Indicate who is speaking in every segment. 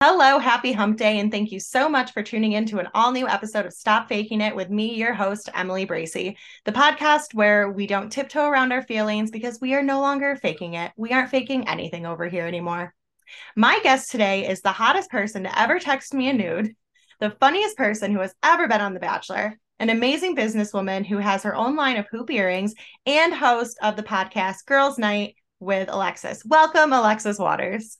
Speaker 1: Hello, happy hump day, and thank you so much for tuning in to an all new episode of Stop Faking It with me, your host, Emily Bracey, the podcast where we don't tiptoe around our feelings because we are no longer faking it. We aren't faking anything over here anymore. My guest today is the hottest person to ever text me a nude, the funniest person who has ever been on The Bachelor, an amazing businesswoman who has her own line of hoop earrings, and host of the podcast Girls Night with Alexis. Welcome, Alexis Waters.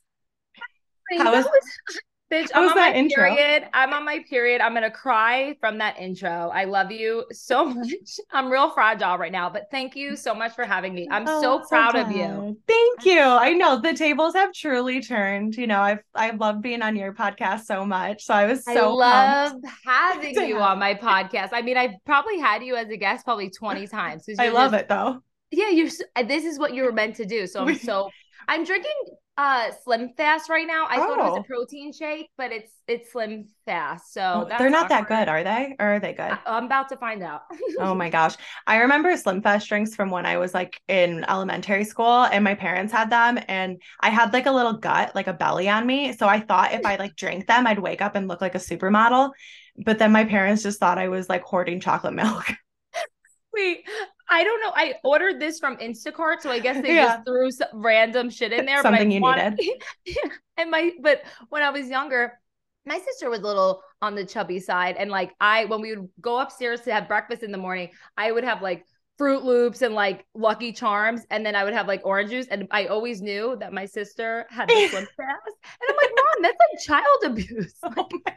Speaker 1: How
Speaker 2: That
Speaker 1: was-
Speaker 2: was- bitch,
Speaker 1: how
Speaker 2: I'm
Speaker 1: was
Speaker 2: on
Speaker 1: that
Speaker 2: my
Speaker 1: intro?
Speaker 2: period. I'm on my period. I'm gonna cry from that intro. I love you so much. I'm real fragile right now, but thank you so much for having me. I'm so
Speaker 1: Oh,
Speaker 2: proud of you.
Speaker 1: glad. Thank you. I know the tables have truly turned. You know, I've I love being on your podcast so much. So I was so
Speaker 2: I love
Speaker 1: pumped.
Speaker 2: having
Speaker 1: to
Speaker 2: you
Speaker 1: have
Speaker 2: on my podcast. I mean, I've probably had you as a guest probably 20 times.
Speaker 1: I love it though.
Speaker 2: Yeah, you're. s- uh, This is what you were meant to do. So I'm so. I'm drinking uh Slim Fast right now. I thought it was
Speaker 1: Oh.
Speaker 2: a protein shake, but it's it's Slim Fast. So
Speaker 1: Oh,
Speaker 2: that's
Speaker 1: they're not that
Speaker 2: awkward.
Speaker 1: good, are they? Or are they good?
Speaker 2: I- I'm about to find out.
Speaker 1: oh my gosh. I remember Slim Fast drinks from when I was like in elementary school and my parents had them and I had like a little gut, like a belly on me. So I thought if I like drank them, I'd wake up and look like a supermodel. But then my parents just thought I was like hoarding chocolate milk.
Speaker 2: Wait, I don't know. I ordered this from Instacart, so I guess they
Speaker 1: Yeah.
Speaker 2: just threw some random shit in there.
Speaker 1: Something
Speaker 2: but I
Speaker 1: you
Speaker 2: wanted- and my, but when I was younger, my sister was a little on the chubby side, and like I, when we would go upstairs to have breakfast in the morning, I would have like Fruit Loops and like Lucky Charms, and then I would have like orange juice. And I always knew that my sister had the slim fast, and I'm like, Mom, that's like child abuse.
Speaker 1: Oh my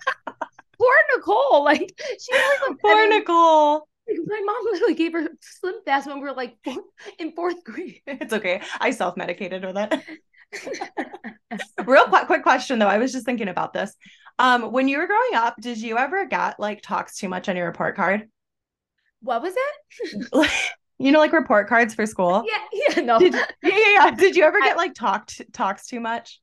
Speaker 2: Poor Nicole, like she only was- I
Speaker 1: poor
Speaker 2: mean,
Speaker 1: Nicole.
Speaker 2: like, My mom literally gave her Slim Fast when we were like four, in fourth grade.
Speaker 1: It's okay. I self medicated with it. Real quick, quick question though. I was just thinking about this. Um, when you were growing up, did you ever get like talks too much on your report card?
Speaker 2: What was that?
Speaker 1: You know, like report cards for school.
Speaker 2: yeah, yeah, no,
Speaker 1: Did, yeah, yeah, yeah. Did you ever
Speaker 2: I-
Speaker 1: get like talked talks too much?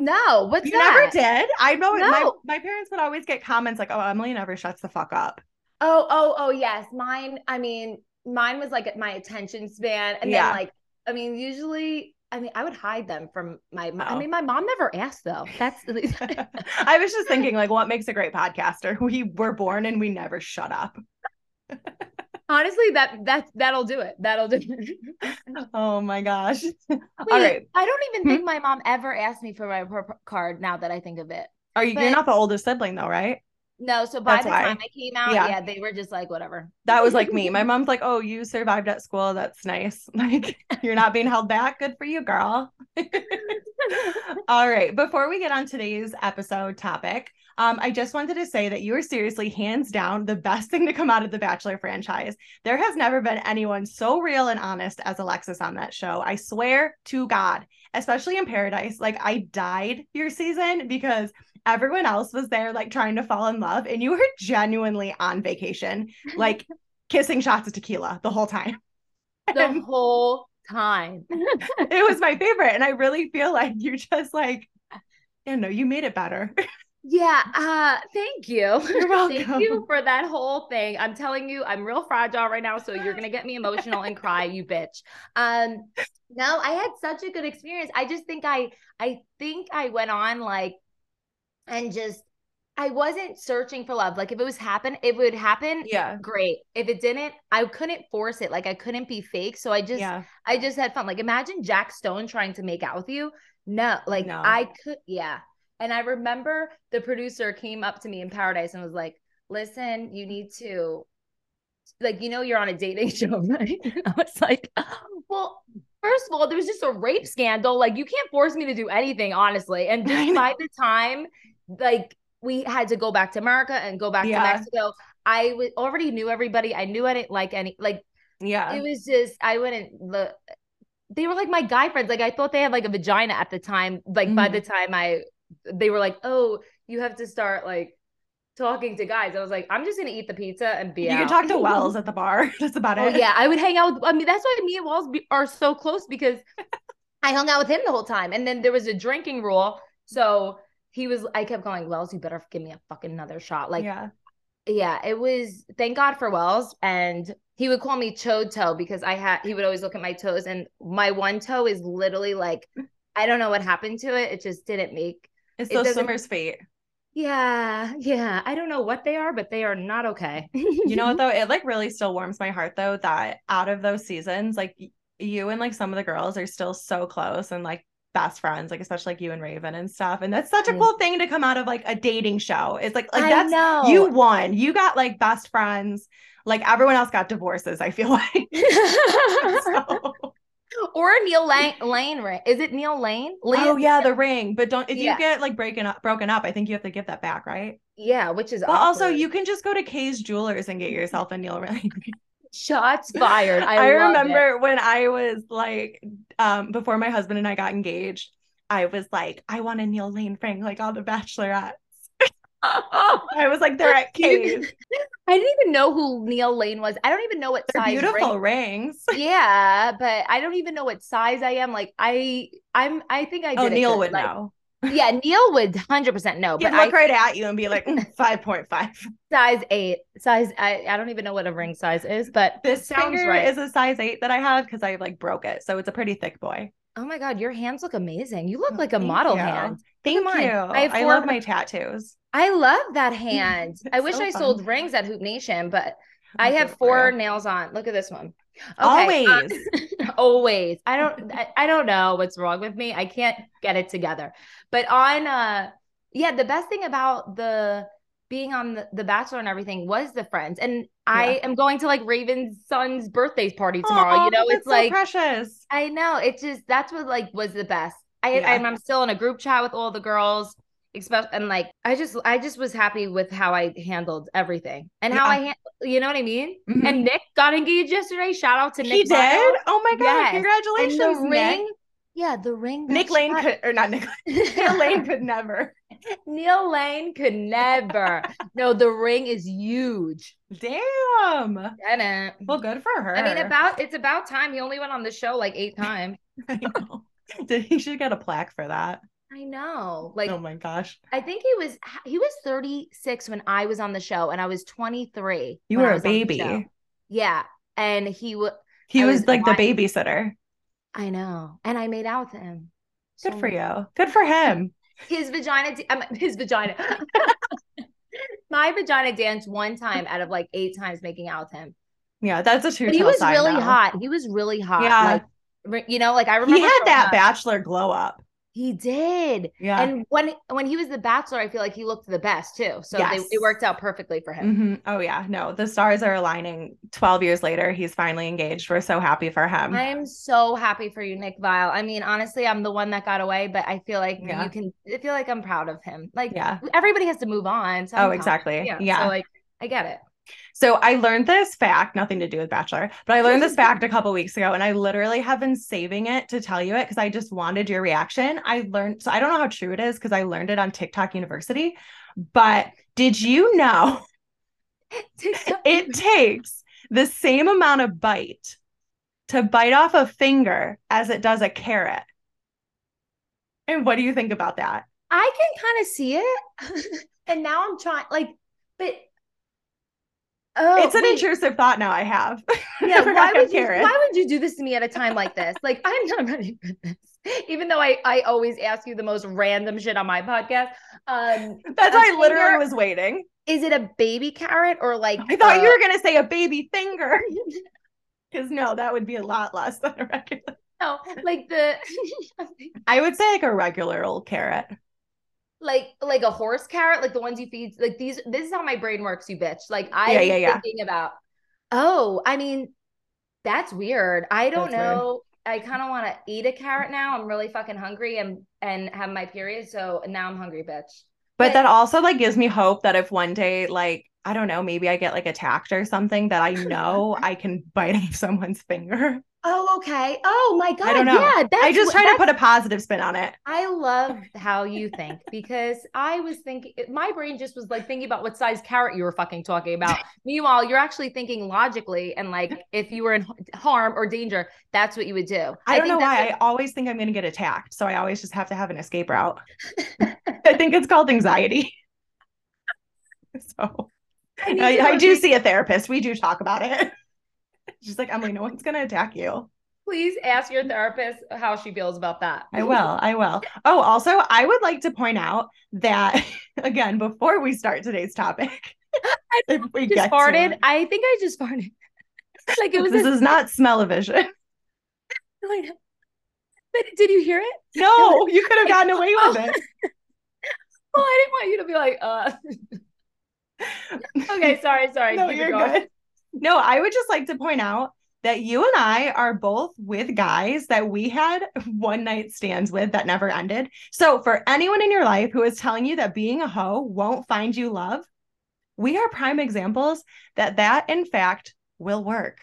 Speaker 2: no. What's
Speaker 1: You
Speaker 2: that?
Speaker 1: never did. I know it- my
Speaker 2: No.
Speaker 1: my parents would always get comments like, "Oh, Emily never shuts the fuck up."
Speaker 2: Oh, oh, oh, yes. Mine. I mean, mine was like at my attention span, and
Speaker 1: Yeah.
Speaker 2: then like, I mean, usually, I mean, I would hide them from my. mo-
Speaker 1: Oh.
Speaker 2: I mean, my mom never asked though. That's
Speaker 1: I was just thinking, like, what makes a great podcaster? We were born and we never shut up.
Speaker 2: honestly that that that'll do it. That'll do it.
Speaker 1: Oh my gosh. All
Speaker 2: Wait,
Speaker 1: right.
Speaker 2: I don't even
Speaker 1: Hmm?
Speaker 2: think my mom ever asked me for my report card. Now that I think of it.
Speaker 1: Are you you're
Speaker 2: but-
Speaker 1: not the oldest sibling though, right?
Speaker 2: No, so by
Speaker 1: That's
Speaker 2: the
Speaker 1: why.
Speaker 2: time I came out,
Speaker 1: Yeah.
Speaker 2: yeah. they were just like, whatever.
Speaker 1: That was like me. My mom's like, "Oh, you survived at school. That's nice. Like you're not being held back. Good for you, girl." All right. Before we get on today's episode topic, um, I just wanted to say that you are seriously, hands down, the best thing to come out of the Bachelor franchise. There has never been anyone so real and honest as Alexis on that show. I swear to God, especially in Paradise. Like, I died your season because everyone else was there, like, trying to fall in love, and you were genuinely on vacation, like, kissing shots of tequila the whole time.
Speaker 2: the whole time.
Speaker 1: It was my favorite. And I really feel like you just, like, you know, you made it better.
Speaker 2: Yeah. Uh, thank you.
Speaker 1: You're welcome.
Speaker 2: Thank you for that whole thing. I'm telling you, I'm real fragile right now, so you're gonna get me emotional and cry, you bitch. Um, no, I had such a good experience. I just think I, I think I went on like, and just, I wasn't searching for love. Like if it was happen, it would happen.
Speaker 1: Yeah.
Speaker 2: Great. If it didn't, I couldn't force it. Like I couldn't be fake. So I just,
Speaker 1: yeah.
Speaker 2: I just had fun. Like imagine Jack Stone trying to make out with you. No, like
Speaker 1: No.
Speaker 2: I could, yeah. And I remember the producer came up to me in Paradise and was like, "Listen, you need to, like, you know, you're on a dating show, right?" I was like, "Well, first of all, there was just a rape scandal. Like, you can't force me to do anything, honestly." And
Speaker 1: I
Speaker 2: just
Speaker 1: know.
Speaker 2: by the time, like, we had to go back to America and go back
Speaker 1: Yeah.
Speaker 2: to Mexico, I w- already knew everybody. I knew I didn't like any, like
Speaker 1: Yeah.
Speaker 2: it was just I wouldn't look. They were like my guy friends. Like I thought they had like a vagina at the time. Like by
Speaker 1: Mm-hmm.
Speaker 2: the time I, they were like, oh, you have to start like talking to guys. I was like, I'm just gonna eat the pizza and be
Speaker 1: You
Speaker 2: out.
Speaker 1: can talk to Wells at the bar. That's about
Speaker 2: oh
Speaker 1: it.
Speaker 2: yeah, I would hang out with. I mean, that's why me and Wells be, are so close because I hung out with him the whole time. And then there was a drinking rule, so he was. I kept going, Wells, you better give me a fucking another shot. Like
Speaker 1: yeah.
Speaker 2: yeah, it was thank God for Wells. And he would call me Chode Toe because I had he would always look at my toes and my one toe is literally like I don't know what happened to it. It just didn't make
Speaker 1: It's
Speaker 2: It
Speaker 1: those
Speaker 2: doesn't-
Speaker 1: swimmers' feet.
Speaker 2: Yeah, yeah. I don't know what they are, but they are not okay.
Speaker 1: You know what though? It like really still warms my heart though that out of those seasons, like y- you and like some of the girls are still so close and like best friends, like especially like you and Raven and stuff. And that's such a
Speaker 2: Mm.
Speaker 1: cool thing to come out of like a dating show. It's like like
Speaker 2: I
Speaker 1: that's
Speaker 2: know.
Speaker 1: you won. You got like best friends. Like everyone else got divorces, I feel like. So-
Speaker 2: or Neil Lane, Lane, right? Is it Neil Lane? Lane?
Speaker 1: Oh yeah, the ring. But don't if
Speaker 2: Yeah.
Speaker 1: you get like breaking up broken up, I think you have to give that back, right?
Speaker 2: Yeah, which is
Speaker 1: But also
Speaker 2: awkward.
Speaker 1: you can just go to Kay's jewelers and get yourself a Neil ring.
Speaker 2: shots fired. I, love it.
Speaker 1: remember when I was like, um, before my husband and I got engaged, I was like, I want a Neil Lane ring, like all the bachelorettes. I was like, they're at
Speaker 2: You-
Speaker 1: Kay's.
Speaker 2: I didn't even know who Neil Lane was. I don't even know what
Speaker 1: They're
Speaker 2: size ring-
Speaker 1: beautiful rings.
Speaker 2: Yeah, but I don't even know what size I am. Like I, I'm. I think I did.
Speaker 1: Oh,
Speaker 2: it
Speaker 1: Neil
Speaker 2: good.
Speaker 1: would
Speaker 2: Like,
Speaker 1: know.
Speaker 2: Yeah, Neil would hundred percent know.
Speaker 1: He'd
Speaker 2: but I
Speaker 1: look right at you and be like, "Mm, 5.5.
Speaker 2: size eight, size. I, I don't even know what a ring size is, but
Speaker 1: This
Speaker 2: sounds
Speaker 1: finger
Speaker 2: right.
Speaker 1: is a size eight that I have because I like broke it. So it's a pretty thick boy.
Speaker 2: oh my god, your hands look amazing. You look like a
Speaker 1: Oh, Thank
Speaker 2: model
Speaker 1: you.
Speaker 2: hand.
Speaker 1: Thank
Speaker 2: mine.
Speaker 1: you.
Speaker 2: I
Speaker 1: I,
Speaker 2: have
Speaker 1: love
Speaker 2: four-
Speaker 1: my tattoos.
Speaker 2: I love that hand. I
Speaker 1: It's
Speaker 2: wish
Speaker 1: so
Speaker 2: I
Speaker 1: fun.
Speaker 2: sold rings at Hoop Nation, but I
Speaker 1: Okay,
Speaker 2: have
Speaker 1: Laura.
Speaker 2: four nails on. Look at this one. Okay,
Speaker 1: Always.
Speaker 2: uh, always. I don't. I, I don't know what's wrong with me. I can't get it together. But on, uh, yeah, the best thing about the being on the, the Bachelor and everything was the friends, and I am going to like Raven's son's birthday party tomorrow.
Speaker 1: Aw,
Speaker 2: you know,
Speaker 1: that's
Speaker 2: it's
Speaker 1: so
Speaker 2: like
Speaker 1: precious.
Speaker 2: I know. It just that's what like was the best. I
Speaker 1: Yeah.
Speaker 2: and I'm still in a group chat with all the girls. Especially, and like I just I just was happy with how I handled everything and how
Speaker 1: Yeah.
Speaker 2: I hand, you know what I mean.
Speaker 1: Mhm.
Speaker 2: And Nick got engaged yesterday. Shout out to Nick.
Speaker 1: he did?
Speaker 2: Lyle.
Speaker 1: Oh my God.
Speaker 2: Yes. And
Speaker 1: Congratulations.
Speaker 2: And the
Speaker 1: Nick.
Speaker 2: ring. Yeah, the ring. got
Speaker 1: Nick Lane
Speaker 2: shot.
Speaker 1: could, or not Nick, Neil Lane could never.
Speaker 2: Neil Lane could never. no, the ring is huge.
Speaker 1: Damn.
Speaker 2: Didn't.
Speaker 1: Well, good for her.
Speaker 2: I mean, about it's about time. He only went on the show like eight times.
Speaker 1: I know. Did he should get a plaque for that?
Speaker 2: I know. Like
Speaker 1: oh my gosh,
Speaker 2: I think he was he was 36 when I was on the show, and I was 23.
Speaker 1: you
Speaker 2: when I
Speaker 1: were a
Speaker 2: was on the show.
Speaker 1: baby.
Speaker 2: Yeah, and he would.
Speaker 1: He
Speaker 2: I
Speaker 1: was,
Speaker 2: was
Speaker 1: like the
Speaker 2: watching-
Speaker 1: babysitter.
Speaker 2: I know, and I made out with him.
Speaker 1: Good
Speaker 2: So
Speaker 1: for you. Good for him.
Speaker 2: His vagina, d- um, his vagina. My vagina danced one time out of like eight times making out with him.
Speaker 1: Yeah, that's a true.
Speaker 2: But he
Speaker 1: tell
Speaker 2: was
Speaker 1: sign,
Speaker 2: really
Speaker 1: though.
Speaker 2: hot. He was really hot.
Speaker 1: Yeah.
Speaker 2: Like, re- you know, like I remember
Speaker 1: He had
Speaker 2: growing
Speaker 1: that
Speaker 2: up-
Speaker 1: bachelor glow up.
Speaker 2: He did.
Speaker 1: Yeah.
Speaker 2: And when when he was the bachelor, I feel like he looked the best too. So they,
Speaker 1: Yes.
Speaker 2: it worked out perfectly for him.
Speaker 1: Mhm. Oh yeah, no, the stars are aligning. Twelve years later, he's finally engaged. We're so happy for him.
Speaker 2: I am so happy for you, Nick Vile. I mean, honestly, I'm the one that got away, but I feel like
Speaker 1: Yeah.
Speaker 2: you can. I feel like I'm proud of him. Like
Speaker 1: yeah.
Speaker 2: everybody has to move on.
Speaker 1: Oh,
Speaker 2: sometime.
Speaker 1: exactly.
Speaker 2: Yeah.
Speaker 1: Yeah.
Speaker 2: So like, I get it.
Speaker 1: So I learned this fact, nothing to do with Bachelor, but I learned this fact a couple weeks ago, and I literally have been saving it to tell you it because I just wanted your reaction. I learned, so I don't know how true it is because I learned it on TikTok University. But did you know it takes the same amount of bite to bite off a finger as it does a carrot? And what do you think about that?
Speaker 2: I can kind of see it, and now I'm trying. Like, but oh,
Speaker 1: it's an
Speaker 2: wait.
Speaker 1: intrusive thought now I have.
Speaker 2: Yeah,
Speaker 1: for
Speaker 2: why
Speaker 1: a
Speaker 2: would you?
Speaker 1: carrot.
Speaker 2: Why would you do this to me at a time like this? Like, I'm not ready for this. Even though I I always ask you the most random shit on my podcast. Um,
Speaker 1: That's
Speaker 2: A
Speaker 1: why I literally
Speaker 2: finger-
Speaker 1: was waiting.
Speaker 2: is it a baby carrot or like?
Speaker 1: I thought
Speaker 2: uh,
Speaker 1: you were going to say a baby finger. Because no, that would be a lot less than a regular.
Speaker 2: No, like the
Speaker 1: I would say like a regular old carrot.
Speaker 2: like like a horse carrot, like the ones you feed. Like these, this is how my brain works, you bitch. Like I
Speaker 1: Yeah,
Speaker 2: am
Speaker 1: yeah, yeah.
Speaker 2: thinking about. Oh, I mean, that's weird. I don't
Speaker 1: That's weird.
Speaker 2: know. I kind of want to eat a carrot now. I'm really fucking hungry and and have my period, so now I'm hungry, bitch.
Speaker 1: But
Speaker 2: But-
Speaker 1: that also like gives me hope that if one day like I don't know, maybe I get like attacked or something that I know I can bite off someone's finger.
Speaker 2: Oh, okay. Oh my God.
Speaker 1: don't know.
Speaker 2: Yeah, that's
Speaker 1: I just
Speaker 2: what-
Speaker 1: try to
Speaker 2: that's-
Speaker 1: put a positive spin on it.
Speaker 2: I love how you think because I was thinking my brain just was like thinking about what size carrot you were fucking talking about. Meanwhile, you're actually thinking logically and like if you were in h- harm or danger, that's what you would do.
Speaker 1: I, don't
Speaker 2: think
Speaker 1: know
Speaker 2: that's
Speaker 1: why.
Speaker 2: what-
Speaker 1: I always think I'm going to get attacked, so I always just have to have an escape route. I think it's called anxiety. so
Speaker 2: I need
Speaker 1: I,
Speaker 2: to
Speaker 1: I
Speaker 2: go
Speaker 1: do
Speaker 2: take-
Speaker 1: see a therapist. We do talk about it. She's like, Emily, no one's going to attack you.
Speaker 2: Please ask your therapist how she feels about that.
Speaker 1: I will. I will. Oh, also, I would like to point out that again before we start today's topic,
Speaker 2: I
Speaker 1: if we
Speaker 2: just
Speaker 1: get to
Speaker 2: farted.
Speaker 1: it.
Speaker 2: I think I just farted. like it was
Speaker 1: this
Speaker 2: a-
Speaker 1: is not smell-o-vision.
Speaker 2: But did you hear it?
Speaker 1: No, you could have gotten away with it.
Speaker 2: Well, I didn't want you to be like, uh. okay, sorry, sorry.
Speaker 1: No,
Speaker 2: keep it
Speaker 1: you're
Speaker 2: going.
Speaker 1: good. No, I would just like to point out that you and I are both with guys that we had one night stands with that never ended. So, for anyone in your life who is telling you that being a hoe won't find you love, we are prime examples that that in fact will work.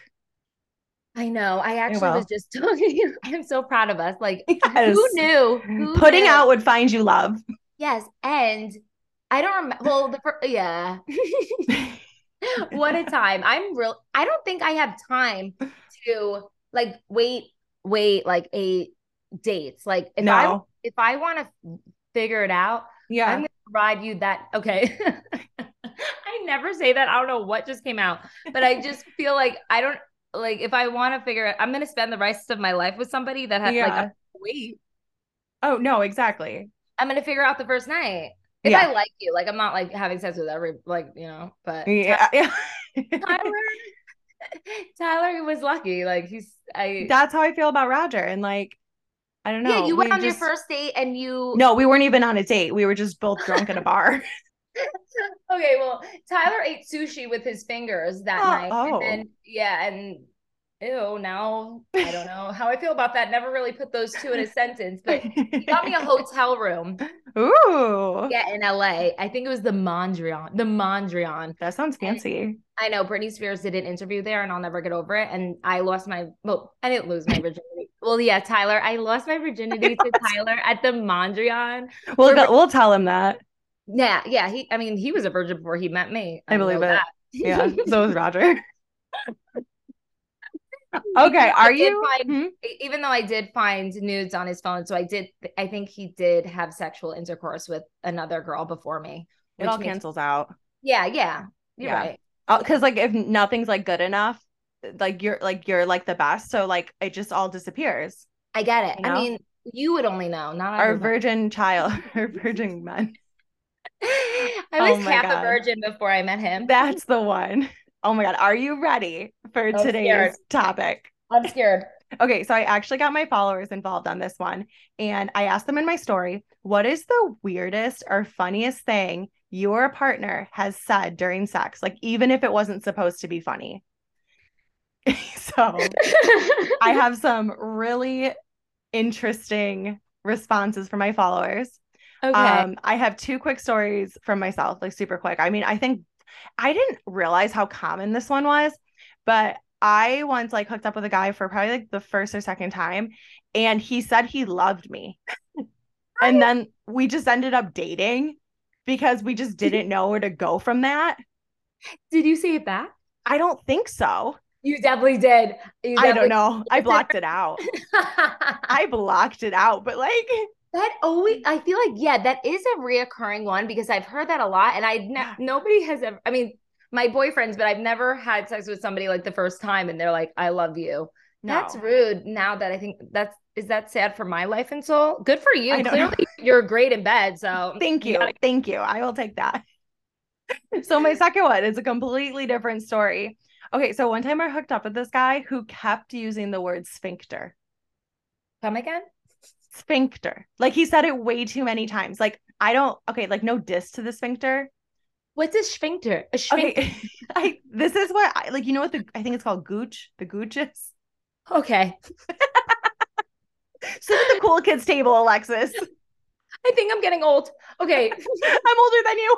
Speaker 2: I know. I actually
Speaker 1: will.
Speaker 2: was just talking. I'm so proud of us. Like,
Speaker 1: Yes.
Speaker 2: who knew? Who
Speaker 1: Putting
Speaker 2: knew?
Speaker 1: out would find you love.
Speaker 2: Yes, and I don't remember. Well, the first, yeah. what a time. I'm real. I don't think I have time to like wait, wait, like a dates. Like if I
Speaker 1: no.
Speaker 2: if I want to figure it out,
Speaker 1: yeah.
Speaker 2: I'm gonna provide you that. Okay. I never say that. I don't know what just came out, but I just feel like I don't like if I want to figure it, I'm gonna spend the rest of my life with somebody that has like
Speaker 1: Yeah.
Speaker 2: I'm gonna wait.
Speaker 1: oh, no, exactly.
Speaker 2: I'm gonna figure out the first night. If
Speaker 1: Yeah.
Speaker 2: I like you, like I'm not like having sex with every like, you know, but
Speaker 1: Yeah. yeah.
Speaker 2: Tyler Tyler was lucky. Like he's I
Speaker 1: That's how I feel about Roger. And like, I don't know.
Speaker 2: Yeah, you
Speaker 1: we
Speaker 2: went on
Speaker 1: just-
Speaker 2: your first date and you
Speaker 1: No, we weren't even on a date. We were just both drunk at a bar.
Speaker 2: Okay, well, Tyler ate sushi with his fingers that
Speaker 1: Oh,
Speaker 2: night.
Speaker 1: oh.
Speaker 2: And then, yeah, and ew, now I don't know how I feel about that. Never really put those two in a sentence, but he got me a hotel room.
Speaker 1: Ooh,
Speaker 2: Yeah, in LA. I think it was the Mondrian. The Mondrian.
Speaker 1: that sounds fancy.
Speaker 2: I know Britney Spears did an interview there, and I'll never get over it. And I lost my well, I didn't lose my virginity. Well, yeah, Tyler, I lost my virginity to Tyler at the Mondrian.
Speaker 1: We'll go- we'll tell him that.
Speaker 2: Yeah, yeah. He, I mean, he was a virgin before he met me.
Speaker 1: I believe
Speaker 2: know
Speaker 1: it. Yeah, so is Roger.
Speaker 2: Even
Speaker 1: Okay,
Speaker 2: though I
Speaker 1: are
Speaker 2: did
Speaker 1: you?
Speaker 2: find-
Speaker 1: Hmm?
Speaker 2: e, even though I did find nudes on his phone, so I did. I think he did have sexual intercourse with another girl before me.
Speaker 1: It all
Speaker 2: which makes-
Speaker 1: cancels out
Speaker 2: Yeah, yeah, you're
Speaker 1: Yeah.
Speaker 2: right.
Speaker 1: because like if nothing's like good enough, like you're like you're like the best, so like it just all disappears.
Speaker 2: I get it.
Speaker 1: You know?
Speaker 2: I mean, you would only know, not
Speaker 1: Our
Speaker 2: everyone.
Speaker 1: virgin child, our virgin men.
Speaker 2: I
Speaker 1: Oh
Speaker 2: was
Speaker 1: my
Speaker 2: half
Speaker 1: God.
Speaker 2: a virgin before I met him.
Speaker 1: That's the one. Oh my god, are you ready for
Speaker 2: I'm
Speaker 1: today's
Speaker 2: scared.
Speaker 1: topic?
Speaker 2: I'm scared.
Speaker 1: Okay, so I actually got my followers involved on this one, and I asked them in my story, what is the weirdest or funniest thing your partner has said during sex? Like, even if it wasn't supposed to be funny. so I have some really interesting responses from my followers.
Speaker 2: okay.
Speaker 1: Um, I have two quick stories from myself, like super quick. I mean, I think I didn't realize how common this one was, but I once like hooked up with a guy for probably like the first or second time, and he said he loved me. and then we just ended up dating because we just didn't know where to go from that.
Speaker 2: did you say it back?
Speaker 1: I don't think so.
Speaker 2: You definitely did. You
Speaker 1: I don't
Speaker 2: definitely-
Speaker 1: know. I blocked it out. I blocked it out, but like,
Speaker 2: That always,
Speaker 1: Mm.
Speaker 2: I feel like, yeah, that is a reoccurring one because I've heard that a lot, and I ne-
Speaker 1: Yeah.
Speaker 2: nobody has ever. I mean, my boyfriends, but I've never had sex with somebody like the first time, and they're like, "I love you."
Speaker 1: no.
Speaker 2: That's rude. Now that I think that's is that sad for my life and soul. Good for you.
Speaker 1: I don't know.
Speaker 2: Clearly, you're great in bed. So
Speaker 1: Thank you.
Speaker 2: gotta-
Speaker 1: Thank you. I will take that. so my second one is a completely different story. Okay, so one time I hooked up with this guy who kept using the word sphincter.
Speaker 2: come again.
Speaker 1: Sphincter. Like he said it way too many times. Like I don't okay, like no diss to the sphincter.
Speaker 2: What's a sphincter? A sphincter.
Speaker 1: Okay. I this is what I like you know what the I think it's called gooch, the gooches.
Speaker 2: Okay.
Speaker 1: Sit at the cool kids table, Alexis.
Speaker 2: I think I'm getting old. Okay.
Speaker 1: I'm older than you.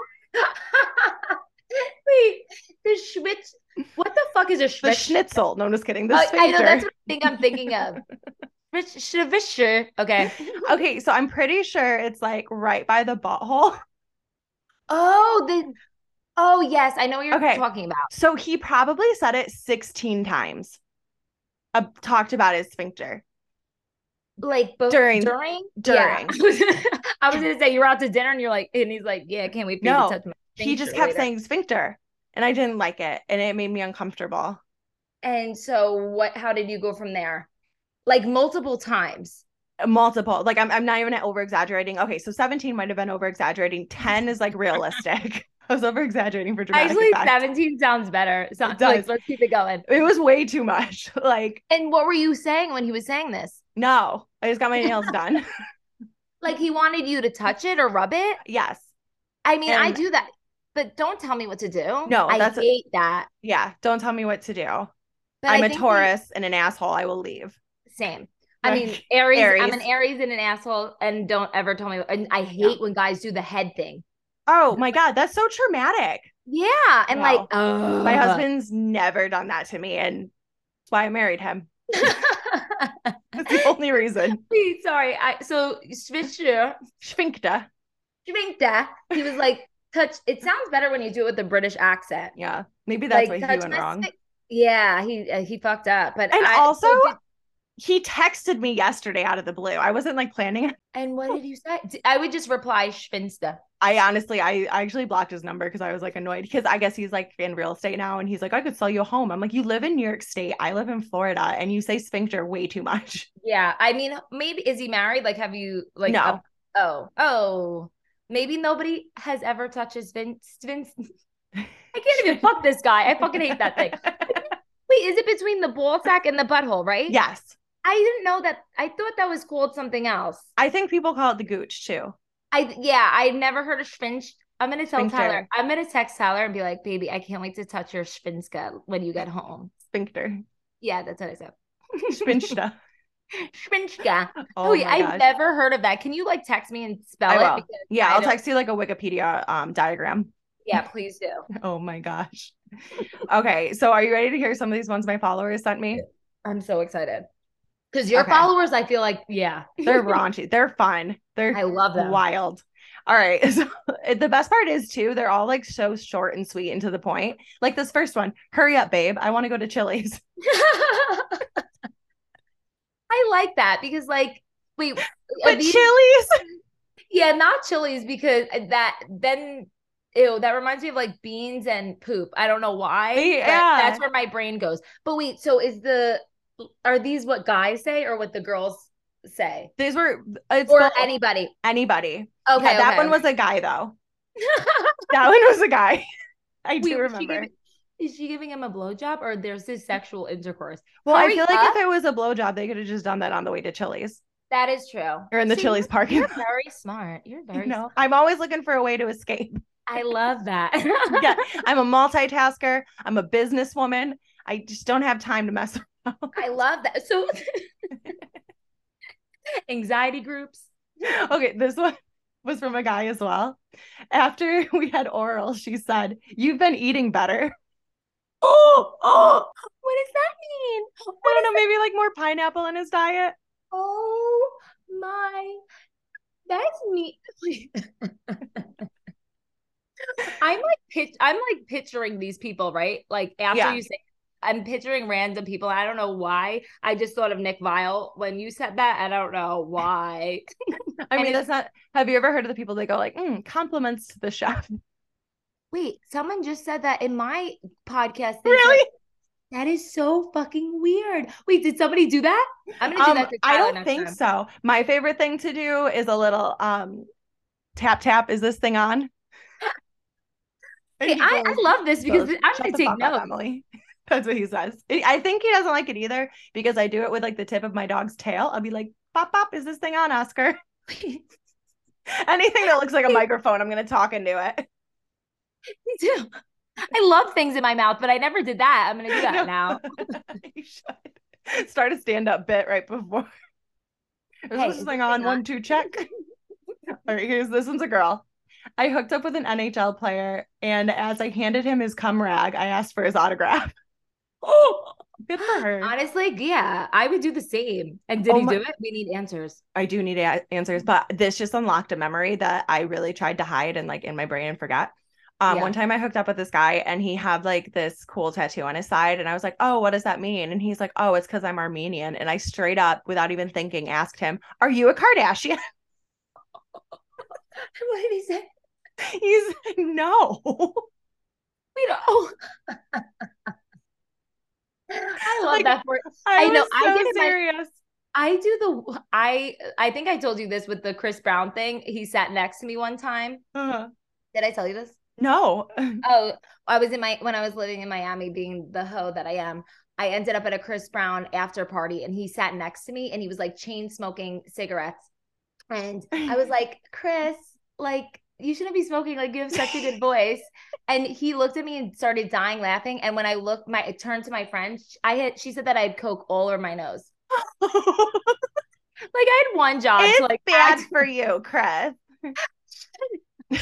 Speaker 2: Wait. The schwitz. What the fuck is a
Speaker 1: The
Speaker 2: schwitz?
Speaker 1: schnitzel. No, I'm just kidding. The
Speaker 2: Oh, I
Speaker 1: sphincter.
Speaker 2: know that's what I think I'm thinking of. Rich Shavisher. Okay.
Speaker 1: okay, so I'm pretty sure it's like right by the butthole.
Speaker 2: Oh, the oh yes, I know what you're
Speaker 1: Okay.
Speaker 2: talking about.
Speaker 1: So he probably said it 16 times. Uh, talked about his sphincter.
Speaker 2: Like both
Speaker 1: During-
Speaker 2: during
Speaker 1: during.
Speaker 2: Yeah. I was gonna say you're out to dinner and you're like, and he's like, yeah, I can't wait for
Speaker 1: No,
Speaker 2: you to touch my.
Speaker 1: He just
Speaker 2: sphincter
Speaker 1: kept
Speaker 2: later."
Speaker 1: saying sphincter, and I didn't like it, and it made me uncomfortable.
Speaker 2: And so what? How did you go from there? like multiple times.
Speaker 1: multiple like I'm, I'm not even over exaggerating okay so 17 might have been over exaggerating 10 is like realistic i was over exaggerating for dramatic
Speaker 2: Actually,
Speaker 1: effect.
Speaker 2: 17 sounds better. So,
Speaker 1: It
Speaker 2: like,
Speaker 1: does.
Speaker 2: let's keep it going.
Speaker 1: it was way too much like
Speaker 2: And what were you saying when he was saying this?
Speaker 1: no i just got my nails done
Speaker 2: Like he wanted you to touch it or rub it?
Speaker 1: yes
Speaker 2: I mean, I
Speaker 1: And-
Speaker 2: do that, but don't tell me what to do.
Speaker 1: No,
Speaker 2: I
Speaker 1: that's-
Speaker 2: hate that.
Speaker 1: yeah don't tell me what to do
Speaker 2: But
Speaker 1: i'm
Speaker 2: a
Speaker 1: a taurus and an asshole i will leave
Speaker 2: Same. I mean,
Speaker 1: Like,
Speaker 2: Aries, I'm an
Speaker 1: Aries.
Speaker 2: Aries and an asshole, and don't ever tell me. And I hate
Speaker 1: Yeah.
Speaker 2: when guys do the head thing.
Speaker 1: oh my god that's so traumatic
Speaker 2: Yeah, and like, oh,
Speaker 1: my husband's never done that to me and that's why i married him that's the only reason
Speaker 2: Wait, sorry. I so Schwitzer,
Speaker 1: sphincter
Speaker 2: Schwinkta, he was like, touch. It sounds better when you do it with a British accent.
Speaker 1: yeah maybe that's
Speaker 2: like,
Speaker 1: why he
Speaker 2: touch
Speaker 1: went
Speaker 2: my
Speaker 1: wrong
Speaker 2: stomach. Yeah, he uh, he fucked up. But
Speaker 1: And
Speaker 2: I,
Speaker 1: also-
Speaker 2: so did-
Speaker 1: he texted me yesterday out of the blue. I wasn't like planning.
Speaker 2: and what did you say? D- I would just reply Schwinsta.
Speaker 1: I honestly, I, I actually blocked his number because I was like annoyed because I guess he's like in real estate now and he's like, I could sell you a home. I'm like, you live in New York State. I live in Florida and you say sphincter way too much.
Speaker 2: Yeah, I mean, maybe is he married? Like, have you like?
Speaker 1: No.
Speaker 2: up- oh, oh, maybe nobody has ever touched his Vince. Vince. I can't even fuck this guy. I fucking hate that thing. Wait, is it between the ball sack and the butthole, right?
Speaker 1: yes.
Speaker 2: I didn't know that. I thought that was called something else.
Speaker 1: I think people call it the gooch too.
Speaker 2: I yeah, I never heard of Schwinz. I'm gonna tell Tyler.
Speaker 1: Sphincter.
Speaker 2: I'm gonna text Tyler and be like, "Baby, I can't wait to touch your Schwinzka when you get home."
Speaker 1: Sphincter.
Speaker 2: Yeah, that's what I said.
Speaker 1: Sphinchta.
Speaker 2: Schwinzka.
Speaker 1: Oh,
Speaker 2: Oh, yeah,
Speaker 1: my
Speaker 2: I've
Speaker 1: gosh.
Speaker 2: never heard of that. Can you like text me and spell
Speaker 1: I
Speaker 2: it?
Speaker 1: will.
Speaker 2: Because
Speaker 1: yeah,
Speaker 2: I
Speaker 1: I'll
Speaker 2: don't-
Speaker 1: text you like a Wikipedia um diagram.
Speaker 2: yeah, please do.
Speaker 1: Oh my gosh. okay. So are you ready to hear some of these ones my followers sent me?
Speaker 2: I'm so excited because your
Speaker 1: Okay.
Speaker 2: followers, I feel like, yeah,
Speaker 1: They're raunchy. They're fun. They're
Speaker 2: I love them.
Speaker 1: wild. All right. So eh, the best part is too, they're all like so short and sweet and to the point. Like this first one, hurry up, babe. I want to go to Chili's.
Speaker 2: I like that because, like, wait, are
Speaker 1: But
Speaker 2: these-
Speaker 1: Chili's.
Speaker 2: Yeah, not chilies because that then ew, that reminds me of like beans and poop. I don't know why. but
Speaker 1: Yeah.
Speaker 2: That's where my brain goes. But wait, so is the are these what guys say or what the girls say?
Speaker 1: These were it's
Speaker 2: Or
Speaker 1: the-
Speaker 2: anybody. Okay.
Speaker 1: anybody. Yeah,
Speaker 2: okay.
Speaker 1: that one was a guy though. That one was a guy. I do
Speaker 2: Wait, was she
Speaker 1: remember.
Speaker 2: giving- is she giving him a blowjob or there's this sexual intercourse?
Speaker 1: well, I
Speaker 2: hurry
Speaker 1: feel like
Speaker 2: up?
Speaker 1: if it was a blowjob, they could have just done that on the way to Chili's
Speaker 2: That is true.
Speaker 1: or in the
Speaker 2: See,
Speaker 1: Chili's parking.
Speaker 2: You're very smart. You're
Speaker 1: You
Speaker 2: very
Speaker 1: know, I'm always looking for a way to escape.
Speaker 2: I love that.
Speaker 1: Yeah, I'm a multitasker. I'm a businesswoman. I just don't have time to mess
Speaker 2: I love that. So anxiety groups.
Speaker 1: Okay, this one was from a guy as well. After we had oral, she said, You've been eating better. Oh, oh.
Speaker 2: What does that mean?
Speaker 1: I don't know, maybe like more pineapple in his diet.
Speaker 2: Oh my, that's me. I'm like pitch. I'm like picturing these people, right? Like after
Speaker 1: Yeah.
Speaker 2: you say, I'm picturing random people. I don't know why. I just thought of Nick Vile when you said that. I don't know why.
Speaker 1: I
Speaker 2: And
Speaker 1: mean,
Speaker 2: it's-
Speaker 1: that's not. Have you ever heard of the people that go like, mm, compliments to the chef?
Speaker 2: Wait, someone just said that in my podcast. they
Speaker 1: Really?
Speaker 2: said- That is so fucking weird. Wait, did somebody do that? I'm gonna do
Speaker 1: Um,
Speaker 2: that. To
Speaker 1: I
Speaker 2: Tyler
Speaker 1: don't
Speaker 2: next
Speaker 1: think
Speaker 2: time.
Speaker 1: so. My favorite thing to do is a little um tap tap. Is this thing on?
Speaker 2: Hey, I, I love this because
Speaker 1: goes,
Speaker 2: I'm
Speaker 1: "Shut
Speaker 2: gonna
Speaker 1: the
Speaker 2: take
Speaker 1: fuck up,
Speaker 2: notes.
Speaker 1: Emily. That's what he says. I I think he doesn't like it either because I do it with like the tip of my dog's tail. I'll be like, pop, pop, is this thing on, Oscar? Anything that looks like a microphone, I'm going to talk into it.
Speaker 2: Me too. I love things in my mouth, but I never did that. I'm gonna do that
Speaker 1: No.
Speaker 2: now.
Speaker 1: You should. Start a stand up bit right before. Is
Speaker 2: Hey,
Speaker 1: this
Speaker 2: is
Speaker 1: thing
Speaker 2: this
Speaker 1: on?
Speaker 2: thing
Speaker 1: One, two, check. All right, here's this one's a girl. I hooked up with an NHL player, and as I handed him his cum rag, I asked for his autograph. Oh, good for her.
Speaker 2: Honestly, yeah, I would do the same. And did
Speaker 1: Oh
Speaker 2: he
Speaker 1: my-
Speaker 2: do it? We need answers.
Speaker 1: I do need a- answers, but this just unlocked a memory that I really tried to hide and like in my brain and forgot. Um,
Speaker 2: Yeah.
Speaker 1: One time I hooked up with this guy and he had like this cool tattoo on his side. And I was like, oh, what does that mean? And he's like, oh, it's because I'm Armenian. And I straight up, without even thinking, asked him, are you a Kardashian?
Speaker 2: What did he say?
Speaker 1: He's no.
Speaker 2: We don't. Oh. I love
Speaker 1: Like,
Speaker 2: that for
Speaker 1: I,
Speaker 2: I know,
Speaker 1: was
Speaker 2: I
Speaker 1: so
Speaker 2: did it my-
Speaker 1: serious.
Speaker 2: I do the I I think I told you this with the Chris Brown thing. He sat next to me one time.
Speaker 1: Uh,
Speaker 2: Did I tell you this?
Speaker 1: no.
Speaker 2: Oh, I was in my when I was living in Miami, being the hoe that I am. I ended up at a Chris Brown after party, and he sat next to me, and he was like chain smoking cigarettes, and I was like, Chris, like you shouldn't be smoking. Like you have such a good voice. And he looked at me and started dying laughing. And when I looked, my I turned to my friend. sh- I had she said that I had coke all over my nose. Like I had one job.
Speaker 1: it's
Speaker 2: to, like
Speaker 1: bad
Speaker 2: act-
Speaker 1: for you, Chris.
Speaker 2: but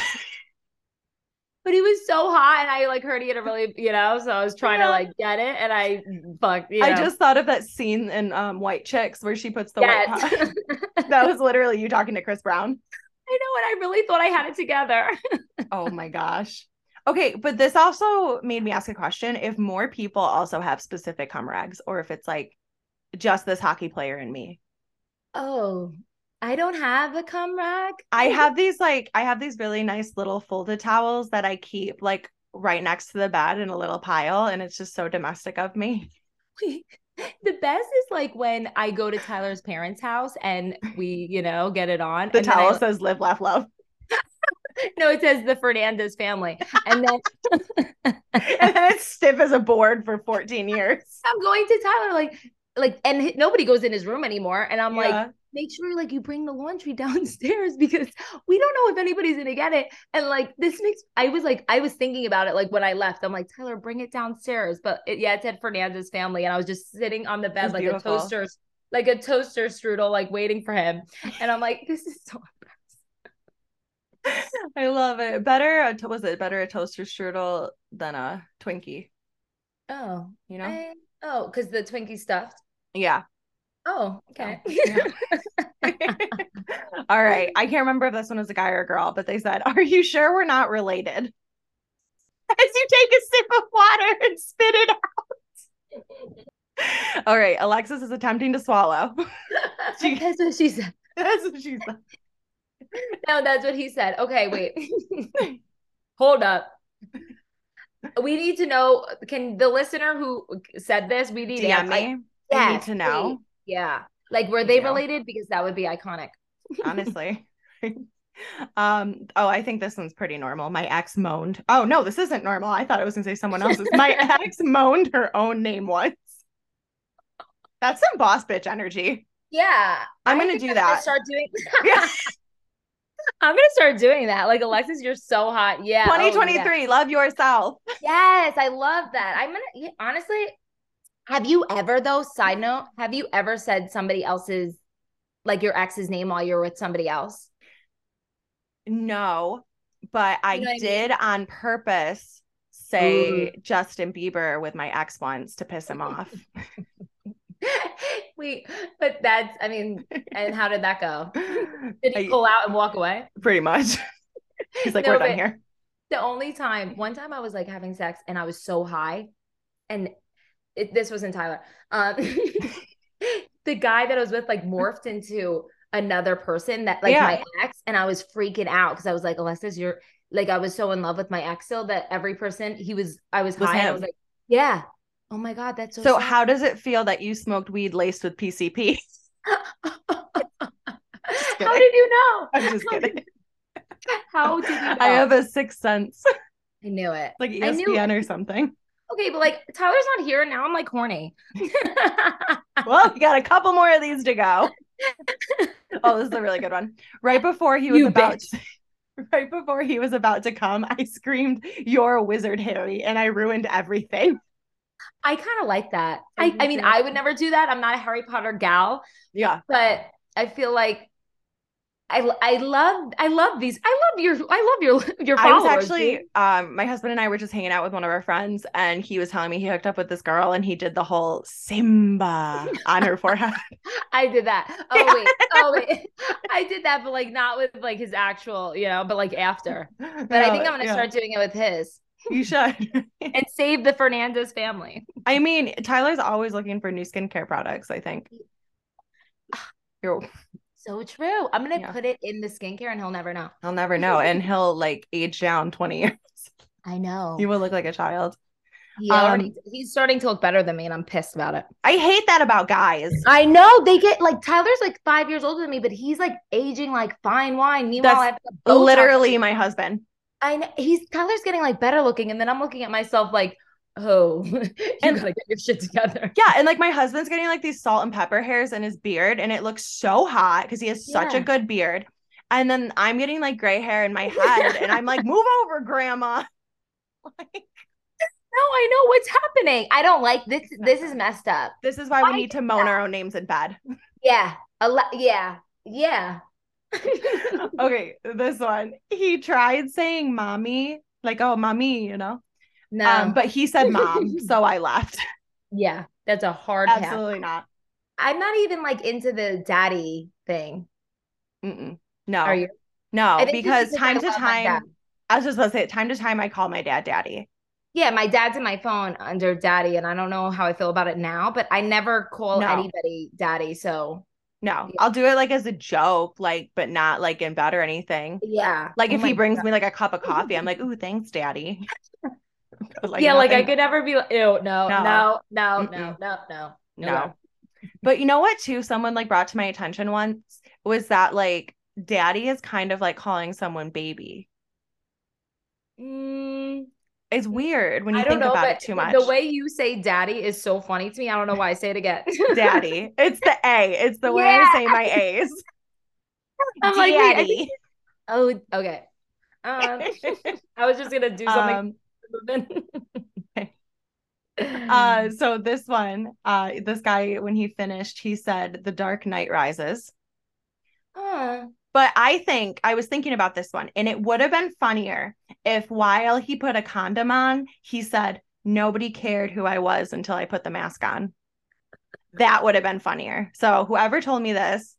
Speaker 2: he was so hot, and I like heard he had a really, you know. So I was trying
Speaker 1: Yeah.
Speaker 2: to like get it, and I fucked. You know.
Speaker 1: I just thought of that scene in um, White Chicks where she puts the
Speaker 2: Yes.
Speaker 1: white. that was literally you talking to Chris Brown.
Speaker 2: I know, and I really thought I had it together.
Speaker 1: Oh my gosh. Okay, but this also made me ask a question: if more people also have specific cum rags, or if it's like just this hockey player and me.
Speaker 2: Oh, I don't have a cum rag.
Speaker 1: I have these like I have these really nice little folded towels that I keep like right next to the bed in a little pile, and it's just so domestic of me.
Speaker 2: the best is like when I go to Tyler's parents' house and we, you know, get it on.
Speaker 1: The
Speaker 2: and then I-
Speaker 1: towel says "Live, Laugh, Love,"
Speaker 2: no, it says the Fernandez family, and then
Speaker 1: and then it's stiff as a board for 14 years.
Speaker 2: I'm going to Tyler like. Like and h- nobody goes in his room anymore, and I'm like,
Speaker 1: Yeah.
Speaker 2: make sure like you bring the laundry downstairs because we don't know if anybody's gonna get it. And like this makes I was like I was thinking about it like when I left. I'm like Tyler, bring it downstairs. But it, yeah, it said Fernandez's family, and I was just sitting on the bed
Speaker 1: That's
Speaker 2: like
Speaker 1: beautiful.
Speaker 2: a toaster, like a toaster strudel, like waiting for him. And I'm like, this is so.
Speaker 1: I love it. Better a to- was it better a toaster strudel than a Twinkie?
Speaker 2: Oh,
Speaker 1: You know?
Speaker 2: I- oh, because the Twinkie stuffed.
Speaker 1: yeah.
Speaker 2: Oh, okay.
Speaker 1: Yeah. All right. I can't remember if this one was a guy or a girl, but they said, "Are you sure we're not related?" As you take a sip of water and spit it out. All right, Alexis is attempting to swallow. She-
Speaker 2: That's what she said.
Speaker 1: That's what she said.
Speaker 2: No, that's what he said. Okay, wait. Hold up. We need to know. Can the listener who said this? We need
Speaker 1: DM
Speaker 2: to,
Speaker 1: me.
Speaker 2: like,
Speaker 1: I need
Speaker 2: yes,
Speaker 1: to know.
Speaker 2: please. Yeah, like were
Speaker 1: Thank
Speaker 2: they
Speaker 1: you.
Speaker 2: related? Because that would be iconic.
Speaker 1: honestly. um, oh, I think this one's pretty normal. My ex moaned. Oh no, this isn't normal. I thought it was gonna say someone else's. My ex moaned her own name once. That's some boss bitch energy.
Speaker 2: Yeah,
Speaker 1: I'm
Speaker 2: I
Speaker 1: gonna do
Speaker 2: think gonna
Speaker 1: that.
Speaker 2: Start doing.
Speaker 1: Yeah.
Speaker 2: I'm gonna start doing that. Like Alexis, you're so hot. Yeah. oh, yeah.
Speaker 1: 2023, love yourself.
Speaker 2: Yes, I love that. I'm gonna yeah, honestly. Have you ever though? Side note: Have you ever said somebody else's, like your ex's name while you're with somebody else?
Speaker 1: No, but I
Speaker 2: You know what I mean?
Speaker 1: did on purpose say Justin Bieber with my ex once to piss him off.
Speaker 2: Wait, but that's. I mean, and how did that go? Did he
Speaker 1: I-
Speaker 2: pull out and walk away?
Speaker 1: pretty much. He's like,
Speaker 2: No,
Speaker 1: we're done
Speaker 2: but-
Speaker 1: here.
Speaker 2: The only time, one time I was like having sex and I was so high, and it, this wasn't Tyler. Um, the guy that I was with like morphed into another person that like
Speaker 1: Yeah.
Speaker 2: my ex, and I was freaking out because I was like, Alexis, you're like I was so in love with my ex still that every person he was, I was
Speaker 1: Was
Speaker 2: high. And I
Speaker 1: him.
Speaker 2: was like, yeah. Oh my god, that's so.
Speaker 1: So,
Speaker 2: sad.
Speaker 1: how does it feel that you smoked weed laced with PCP?
Speaker 2: how did you know?
Speaker 1: I'm just kidding.
Speaker 2: How did you? Know?
Speaker 1: I have a sixth sense,
Speaker 2: I knew it.
Speaker 1: like E
Speaker 2: I knew
Speaker 1: ESPN or something.
Speaker 2: Okay, but like Tyler's not here and now. I'm like horny.
Speaker 1: Well, we got a couple more of these to go. Oh, this is a really good one. Right before he was
Speaker 2: You
Speaker 1: about right before he was about to come, I screamed, You're a wizard, Harry, and I ruined everything.
Speaker 2: I kind of like that.
Speaker 1: I
Speaker 2: I,
Speaker 1: do
Speaker 2: I mean,
Speaker 1: too.
Speaker 2: I would never do that. I'm not a Harry Potter gal,
Speaker 1: Yeah.
Speaker 2: but I feel like I I love I love these. I love your I love your your
Speaker 1: I
Speaker 2: followers.
Speaker 1: was actually
Speaker 2: dude.
Speaker 1: um my husband and I were just hanging out with one of our friends and he was telling me he hooked up with this girl and he did the whole Simba on her forehead.
Speaker 2: I did that. Oh wait, oh wait, I did that, but like not with like his actual, you know, but like after.
Speaker 1: But
Speaker 2: But I think I'm gonna start doing it with his
Speaker 1: You should.
Speaker 2: and save the Fernandez family.
Speaker 1: I mean, Tyler's always looking for new skincare products, I think. You're,
Speaker 2: So true. I'm gonna
Speaker 1: Yeah.
Speaker 2: put it in the skincare, and he'll never know.
Speaker 1: he'll never know. And he'll like age down 20 years.
Speaker 2: I know.
Speaker 1: He will look like a child.
Speaker 2: He already, he's starting to look better than me, and I'm pissed about it.
Speaker 1: I hate that about guys.
Speaker 2: I know they get like Tyler's like five years older than me, but he's like aging like fine wine. Meanwhile,
Speaker 1: That's
Speaker 2: I have the Botox.
Speaker 1: Literally, my husband.
Speaker 2: I know he's Tyler's getting like better looking, and then I'm looking at myself like, oh, you
Speaker 1: And-
Speaker 2: gotta get your shit together.
Speaker 1: Yeah, and like my husband's getting like these salt and pepper hairs in his beard, and it looks so hot because he has such
Speaker 2: Yeah. Oh
Speaker 1: a good beard. And then I'm getting like gray hair in my head, and I'm like, move over, grandma. Like,
Speaker 2: No, I know what's happening. I don't like this. This is messed up.
Speaker 1: this is why
Speaker 2: I
Speaker 1: we need to moan our own names in bed.
Speaker 2: Yeah, a lot. Yeah, yeah.
Speaker 1: okay, this one. He tried saying mommy, like, oh, mommy, you know?
Speaker 2: no,
Speaker 1: Um, but he said mom, so I left.
Speaker 2: yeah, that's a hard. pass.
Speaker 1: Absolutely not.
Speaker 2: I'm not even like into the daddy thing.
Speaker 1: Mm-mm. No,
Speaker 2: Are you? I
Speaker 1: no,
Speaker 2: think just
Speaker 1: because
Speaker 2: I
Speaker 1: time to
Speaker 2: love my dad.
Speaker 1: time, I was just about to say, time to time, I call my dad daddy.
Speaker 2: Yeah, my dad's in my phone under daddy, and I don't know how I feel about it now, but I never call
Speaker 1: No.
Speaker 2: anybody daddy. So
Speaker 1: No,
Speaker 2: Yeah.
Speaker 1: I'll do it like as a joke, like, but not like in bed or anything.
Speaker 2: yeah,
Speaker 1: Like
Speaker 2: Oh
Speaker 1: if
Speaker 2: my
Speaker 1: he brings
Speaker 2: God.
Speaker 1: me like a cup of coffee, I'm like, ooh, thanks, daddy. But,
Speaker 2: yeah, like I
Speaker 1: nothing-
Speaker 2: could never be like, ew, no, no,
Speaker 1: No.
Speaker 2: no, no,
Speaker 1: Mm-mm.
Speaker 2: no, no,
Speaker 1: No. But you know what, too, someone like brought to my attention once was that like daddy is kind of like calling someone baby.
Speaker 2: Mm,
Speaker 1: It's weird when you
Speaker 2: I don't
Speaker 1: think
Speaker 2: know,
Speaker 1: about
Speaker 2: but
Speaker 1: it too much.
Speaker 2: the way you say daddy is so funny to me. I don't know why I say it again.
Speaker 1: daddy, it's the A, it's the way
Speaker 2: Yeah.
Speaker 1: I say my A's.
Speaker 2: I'm like, wait, I
Speaker 1: daddy.
Speaker 2: oh, okay. Um, I was just gonna do something.
Speaker 1: um,
Speaker 2: then.
Speaker 1: uh, so this one, uh, this guy, when he finished, he said, "The Dark Knight Rises."
Speaker 2: Huh.
Speaker 1: But I think I was thinking about this one, and it would have been funnier if, while he put a condom on, he said, "Nobody cared who I was until I put the mask on." That would have been funnier. So whoever told me this,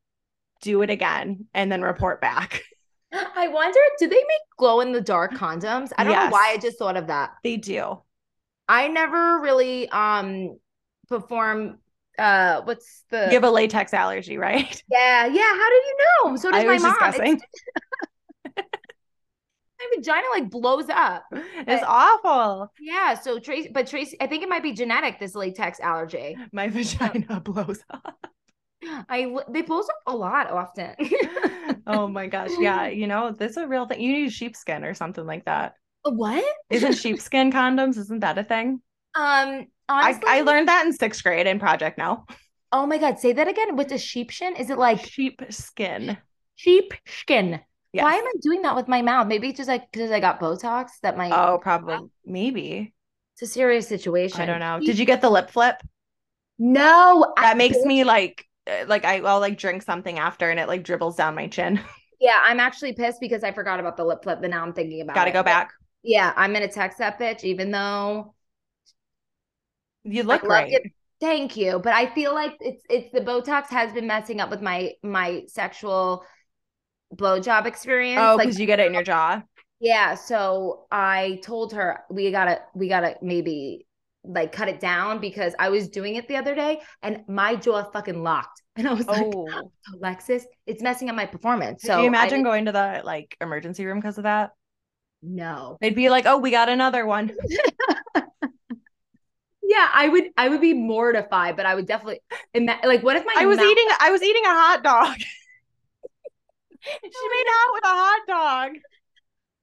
Speaker 1: do it again and then report back.
Speaker 2: I wonder, do they make glow in the dark condoms? I don't know why I
Speaker 1: Yes.
Speaker 2: just thought of that.
Speaker 1: They do.
Speaker 2: I never really um perform uh what's the
Speaker 1: You have a latex allergy, right?
Speaker 2: yeah, yeah. How did you know? So does
Speaker 1: I
Speaker 2: my
Speaker 1: was
Speaker 2: mom.
Speaker 1: just
Speaker 2: It's-
Speaker 1: guessing.
Speaker 2: my vagina like blows up.
Speaker 1: It's awful.
Speaker 2: Yeah. So Tracy, but Tracy, I think it might be genetic, this latex allergy.
Speaker 1: My vagina blows up.
Speaker 2: I w- they blows up a lot often.
Speaker 1: oh my gosh. Yeah. You know, this is a real thing. You need sheepskin or something like that.
Speaker 2: what?
Speaker 1: Isn't sheepskin condoms? Isn't that a thing?
Speaker 2: Um
Speaker 1: I,
Speaker 2: honestly,
Speaker 1: I learned that in sixth grade in Project Now.
Speaker 2: Oh my god, say that again with the sheep shin. Is it like
Speaker 1: Sheepskin.
Speaker 2: sheep skin?
Speaker 1: Yes.
Speaker 2: Why am I doing that with my mouth? Maybe it's just like because I got Botox that my
Speaker 1: Oh, probably. Maybe.
Speaker 2: it's a serious situation.
Speaker 1: I don't know. Did you get the lip flip?
Speaker 2: No, I-
Speaker 1: That makes me like, uh, like I, I'll like drink something after and it like dribbles down my chin.
Speaker 2: yeah, I'm actually pissed because I forgot about the lip flip, but now I'm thinking about
Speaker 1: Gotta
Speaker 2: it.
Speaker 1: go back.
Speaker 2: Yeah, I'm gonna text that bitch, even though
Speaker 1: You
Speaker 2: I
Speaker 1: look
Speaker 2: love
Speaker 1: great.
Speaker 2: it. Thank you, but I feel like it's it's the Botox has been messing up with my my sexual blowjob experience.
Speaker 1: Oh,
Speaker 2: like
Speaker 1: because you get it in your jaw.
Speaker 2: Yeah, so I told her we gotta we gotta maybe like cut it down because I was doing it the other day and my jaw fucking locked. And I was like,
Speaker 1: Oh.
Speaker 2: Alexis, it's messing up my performance. So
Speaker 1: Can you
Speaker 2: I
Speaker 1: imagine
Speaker 2: didn't-
Speaker 1: going to the like emergency room because of that?
Speaker 2: no.
Speaker 1: They'd be like, "Oh, we got another one."
Speaker 2: Yeah, I would I would be mortified, but I would definitely ima- like what if my
Speaker 1: I was
Speaker 2: mouth-
Speaker 1: eating. I was eating a hot dog. Oh she made out with a hot dog.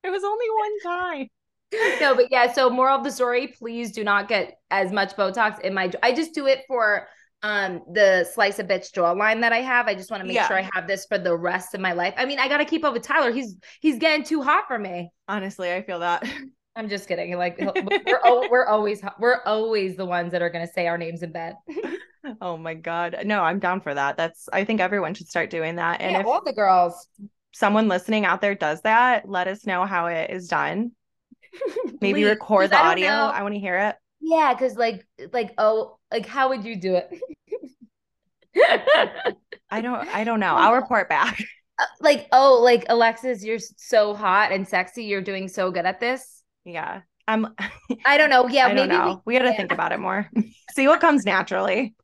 Speaker 1: It was only one time.
Speaker 2: No, but yeah, so moral of the story, please do not get as much Botox in my jaw. I just do it for um the slice of bitch jawline that I have. I just want to make
Speaker 1: Yeah.
Speaker 2: sure I have this for the rest of my life. I mean, I gotta keep up with Tyler. He's he's getting too hot for me.
Speaker 1: Honestly, I feel that.
Speaker 2: I'm just kidding. Like he'll- we're al- we're always hot. we're always the ones that are gonna say our names in bed.
Speaker 1: Oh my god. No, I'm down for that. That's. I think everyone should start doing that. And
Speaker 2: yeah,
Speaker 1: if
Speaker 2: all the girls.
Speaker 1: someone listening out there does that, let us know how it is done. Maybe
Speaker 2: Please,
Speaker 1: record
Speaker 2: 'cause
Speaker 1: the
Speaker 2: I don't
Speaker 1: audio.
Speaker 2: know.
Speaker 1: I want to hear it.
Speaker 2: Yeah, because like like oh like how would you do it?
Speaker 1: I don't. I don't know. I'll report back.
Speaker 2: Uh, like oh like Alexis, you're so hot and sexy. You're doing so good at this.
Speaker 1: Yeah. I'm.
Speaker 2: I don't know. Yeah,
Speaker 1: I don't
Speaker 2: maybe
Speaker 1: know. We, got to
Speaker 2: yeah.
Speaker 1: think about it more. See what comes naturally.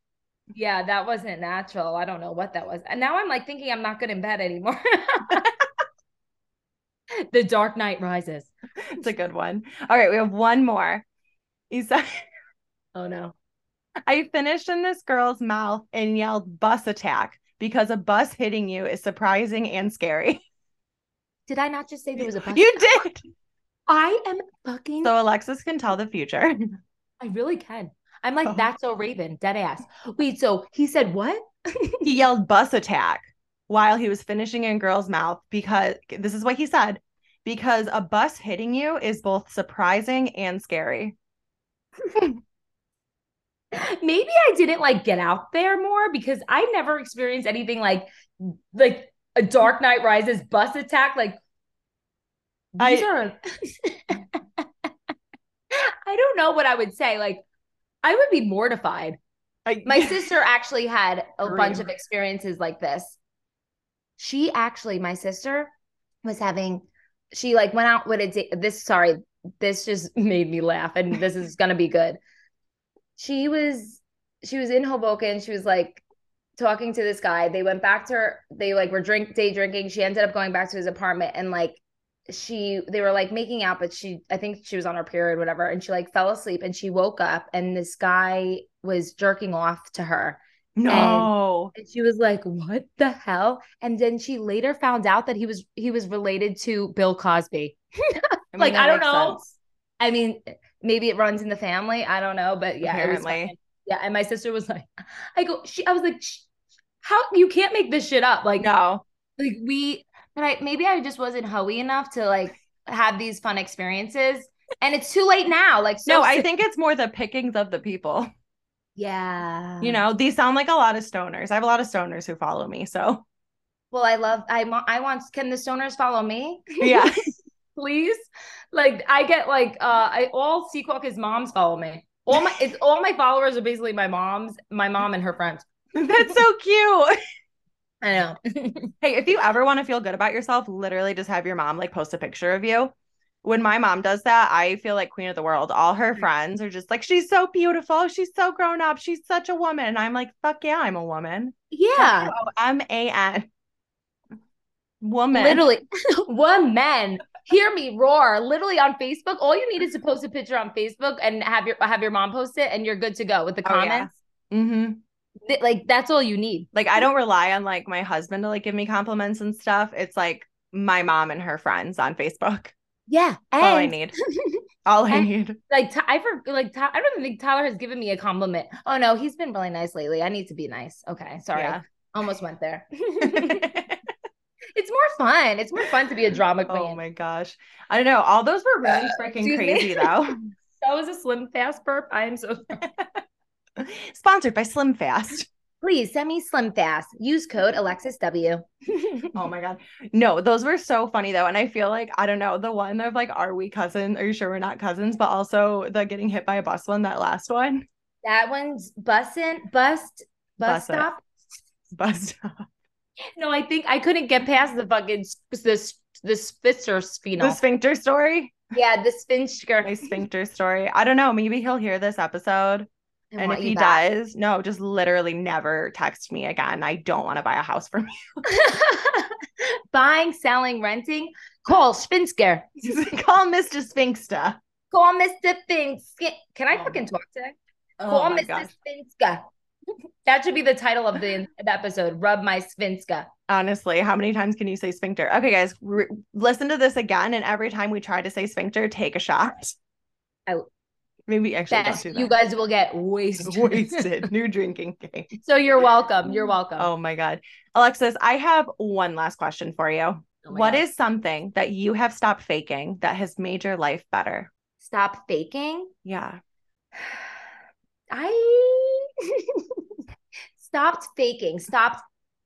Speaker 2: We, yeah, that wasn't natural. I don't know what that was. And now I'm like thinking I'm not good in bed anymore. the Dark Knight Rises.
Speaker 1: It's a good one. All right, we have one more. He said,
Speaker 2: Oh no.
Speaker 1: I finished in this girl's mouth and yelled bus attack because a bus hitting you is surprising and scary.
Speaker 2: Did I not just say there was a bus?
Speaker 1: You did.
Speaker 2: I am fucking
Speaker 1: So Alexis can tell the future.
Speaker 2: I really can. I'm like,
Speaker 1: Oh.
Speaker 2: that's so Raven, dead ass. Wait, so he said what?
Speaker 1: he yelled bus attack while he was finishing in girl's mouth because this is what he said because a bus hitting you is both surprising and scary.
Speaker 2: Maybe I didn't like get out there more because I never experienced anything like like a Dark Knight Rises bus attack. Like these
Speaker 1: I-
Speaker 2: are I don't know what I would say. Like I would be mortified.
Speaker 1: I-
Speaker 2: My sister actually had a
Speaker 1: Agree.
Speaker 2: bunch of experiences like this. She actually, my sister was having, she like went out with a date. This, sorry, this just made me laugh and this is going to be good. She was, she was in Hoboken. She was like talking to this guy. They went back to her, they like were drink, day drinking. She ended up going back to his apartment and like, she they were like making out but she i think she was on her period whatever and she like fell asleep and she woke up and this guy was jerking off to her
Speaker 1: no.
Speaker 2: and she was like what the hell and then she later found out that he was he was related to bill cosby like,
Speaker 1: that
Speaker 2: I don't
Speaker 1: makes
Speaker 2: know.
Speaker 1: sense.
Speaker 2: i mean maybe it runs in the family i don't know but yeah it was
Speaker 1: Apparently.
Speaker 2: fucking- yeah and my sister was like i go she i was like "Sh- how you can't make this shit up like
Speaker 1: No.
Speaker 2: like we but I maybe I just wasn't hoey enough to like have these fun experiences. And it's too late now. Like so
Speaker 1: No, I
Speaker 2: soon-
Speaker 1: think it's more the pickings of the people.
Speaker 2: yeah.
Speaker 1: You know, these sound like a lot of stoners. I have a lot of stoners who follow me. So,
Speaker 2: Well, I love I want I want can the stoners follow me?
Speaker 1: yeah.
Speaker 2: Please. Like I get like uh I all Sequawkers moms follow me. All my it's all my followers are basically my mom's, my mom and her friends.
Speaker 1: That's so cute.
Speaker 2: I know.
Speaker 1: Hey, if you ever want to feel good about yourself, literally just have your mom like post a picture of you. When my mom does that, I feel like queen of the world. All
Speaker 2: Mm.
Speaker 1: her friends are just like, she's so beautiful. She's so grown up. She's such a woman. And I'm like, fuck yeah, I'm a woman.
Speaker 2: Yeah.
Speaker 1: M A N. Woman.
Speaker 2: Literally, one man. Hear me roar. Literally on Facebook, all you need is to post a picture on Facebook and have your have your mom post it, and you're good to go with the
Speaker 1: Oh, yeah.
Speaker 2: comments.
Speaker 1: hmm
Speaker 2: Th- Like that's all you need.
Speaker 1: Like, I don't rely on like my husband to like give me compliments and stuff. It's like my mom and her friends on Facebook.
Speaker 2: Yeah, and
Speaker 1: All I need. All I
Speaker 2: and-
Speaker 1: need.
Speaker 2: like Ty- I for like Ty- I don't even think Tyler has given me a compliment. Oh no, he's been really nice lately. I need to be nice. Okay, sorry,
Speaker 1: Yeah.
Speaker 2: almost went there. it's more fun. It's more fun to be a drama queen.
Speaker 1: oh my gosh. I don't know. All those were really freaking
Speaker 2: Uh, Excuse me.
Speaker 1: crazy though.
Speaker 2: that was a slim fast burp. I am so.
Speaker 1: Sponsored by Slim Fast.
Speaker 2: Please send me slim fast. Use code Alexis W.
Speaker 1: Oh my god. No, those were so funny though. And I feel like I don't know, the one of like, are we cousins? Are you sure we're not cousins? But also the getting hit by a bus one, that last one.
Speaker 2: That one's bussin' bust bus
Speaker 1: Bus it.
Speaker 2: stop.
Speaker 1: Bus
Speaker 2: No, I think I couldn't get past the fucking s- this this sphincter
Speaker 1: the
Speaker 2: sphenol.
Speaker 1: sphincter story.
Speaker 2: yeah, the sphincter.
Speaker 1: My sphincter story. I don't know. Maybe he'll hear this episode.
Speaker 2: I
Speaker 1: and if
Speaker 2: want you
Speaker 1: he
Speaker 2: back.
Speaker 1: does, no, just literally never text me again. I don't want to buy a house from
Speaker 2: buying, selling, renting, call Sphinxer.
Speaker 1: you. Call Mr. Sphinkster.
Speaker 2: Call Mr. Sphinxer. Can I
Speaker 1: Oh
Speaker 2: fucking talk today?
Speaker 1: Oh
Speaker 2: call
Speaker 1: my
Speaker 2: Mr.
Speaker 1: gosh.
Speaker 2: Sphinxer. That should be the title of the, the episode. Rub my Sphinxer.
Speaker 1: Honestly, how many times can you say sphincter? Okay, guys, re- listen to this again, and every time we try to say sphincter, take a shot.
Speaker 2: Oh.
Speaker 1: maybe actually
Speaker 2: Best.
Speaker 1: don't
Speaker 2: You
Speaker 1: do that.
Speaker 2: guys will get wasted.
Speaker 1: Wasted new drinking game.
Speaker 2: so you're welcome. You're welcome.
Speaker 1: Oh my god, Alexis, I have one last question for you.
Speaker 2: Oh my
Speaker 1: What
Speaker 2: God.
Speaker 1: is something that you have stopped faking that has made your life better?
Speaker 2: stop faking?
Speaker 1: Yeah,
Speaker 2: I stopped faking, stopped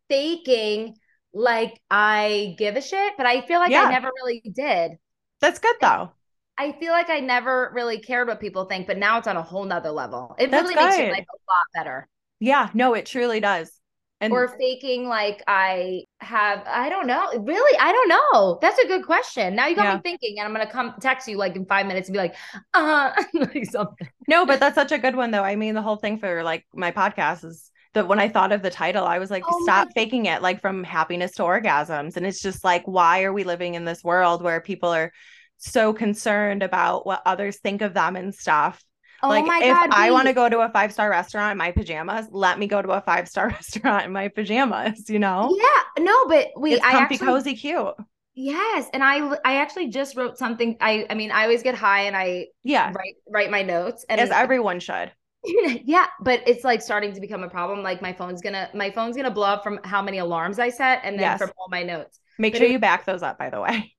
Speaker 2: faking like I give a shit, but I feel like
Speaker 1: Yeah.
Speaker 2: I never really did.
Speaker 1: that's good though.
Speaker 2: I feel like I never really cared what people think, but now it's on a whole nother level. It
Speaker 1: That's
Speaker 2: really makes your
Speaker 1: good.
Speaker 2: life a lot better.
Speaker 1: Yeah, no, it truly does. And
Speaker 2: or faking like I have, I don't know. Really, I don't know. That's a good question. Now you got
Speaker 1: Yeah.
Speaker 2: me thinking, and I'm gonna come text you like in five minutes and be like, uh, like something.
Speaker 1: No, but that's such a good one though. I mean, the whole thing for like my podcast is that when I thought of the title, I was like,
Speaker 2: Oh my
Speaker 1: stop
Speaker 2: God.
Speaker 1: faking it, like from happiness to orgasms. And it's just like, why are we living in this world where people are so concerned about what others think of them and stuff?
Speaker 2: Oh
Speaker 1: like
Speaker 2: my
Speaker 1: if
Speaker 2: God,
Speaker 1: I
Speaker 2: wait.
Speaker 1: want to go to a five star restaurant in my pajamas, let me go to a five star restaurant in my pajamas. You know,
Speaker 2: Yeah, no, but wait,
Speaker 1: it's
Speaker 2: I
Speaker 1: comfy,
Speaker 2: actually
Speaker 1: cozy, cute.
Speaker 2: yes, and I l- I actually just wrote something. I I mean, I always get high and I
Speaker 1: Yeah,
Speaker 2: write write my notes and
Speaker 1: as everyone should.
Speaker 2: yeah, but it's like starting to become a problem. Like my phone's gonna my phone's gonna blow up from how many alarms I set and then
Speaker 1: Yes.
Speaker 2: from all my notes.
Speaker 1: Make
Speaker 2: But
Speaker 1: sure
Speaker 2: it-
Speaker 1: you back those up. By the way,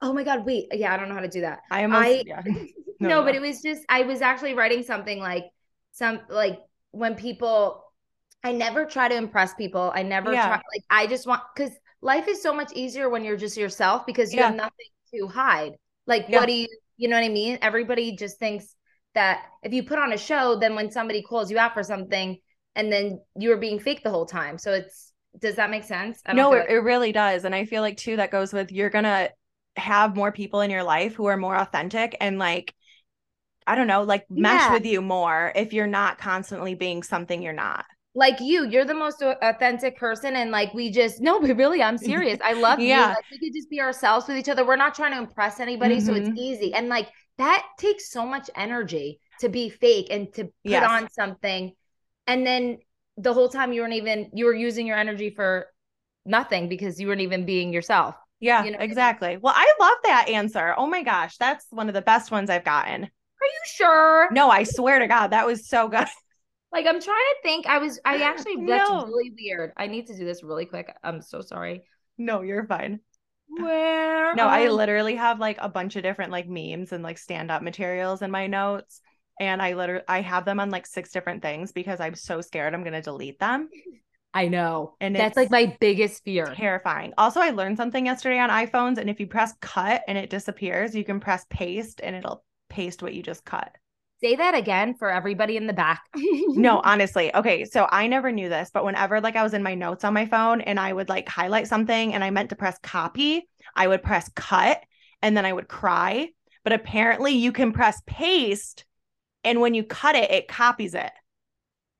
Speaker 2: Oh my God, wait, yeah, I don't know how to do that.
Speaker 1: I almost
Speaker 2: I-
Speaker 1: yeah.
Speaker 2: no,
Speaker 1: No,
Speaker 2: but
Speaker 1: no.
Speaker 2: it was just I was actually writing something like some like when people I never try to impress people. I never
Speaker 1: Yeah.
Speaker 2: try like I just want because life is so much easier when you're just yourself because you have nothing to hide. Like
Speaker 1: Yeah.
Speaker 2: what do you you know what I mean? Everybody just thinks that if you put on a show, then when somebody calls you out for something and then you were being fake the whole time. So it's does that make sense? I don't
Speaker 1: no,
Speaker 2: feel
Speaker 1: it,
Speaker 2: like-
Speaker 1: it really does. And I feel like too that goes with you're gonna have more people in your life who are more authentic and like I don't know, like mesh
Speaker 2: Yeah.
Speaker 1: with you more if you're not constantly being something you're not.
Speaker 2: like you you're the most au- authentic person and like we just no but really i'm serious i love
Speaker 1: Yeah.
Speaker 2: you like we could just be ourselves with each other we're not trying to impress anybody so it's
Speaker 1: Mhm.
Speaker 2: easy and like that takes so much energy to be fake and to put
Speaker 1: Yes.
Speaker 2: on something and then the whole time you weren't even you were using your energy for nothing because you weren't even being yourself
Speaker 1: Yeah,
Speaker 2: You know what I mean?
Speaker 1: exactly. Well, I love that answer. Oh my gosh, that's one of the best ones I've gotten.
Speaker 2: are you sure
Speaker 1: No, I swear to God, that was so good.
Speaker 2: like i'm trying to think i was i actually that's
Speaker 1: No.
Speaker 2: really weird i need to do this really quick i'm so sorry
Speaker 1: No, you're fine.
Speaker 2: where
Speaker 1: No, I
Speaker 2: are
Speaker 1: literally have like a bunch of different like memes and like stand up materials in my notes. And I literally I have them on like six different things because I'm so scared I'm gonna delete them.
Speaker 2: I know.
Speaker 1: And
Speaker 2: that's like
Speaker 1: it's
Speaker 2: my biggest fear.
Speaker 1: Terrifying. Also, I learned something yesterday on iPhones, and if you press cut and it disappears, you can press paste and it'll paste what you just cut.
Speaker 2: Say that again for everybody in the back.
Speaker 1: No, honestly. Okay. So I never knew this, but whenever like I was in my notes on my phone and I would like highlight something and I meant to press copy, I would press cut and then I would cry. But apparently you can press paste and when you cut it, it copies it.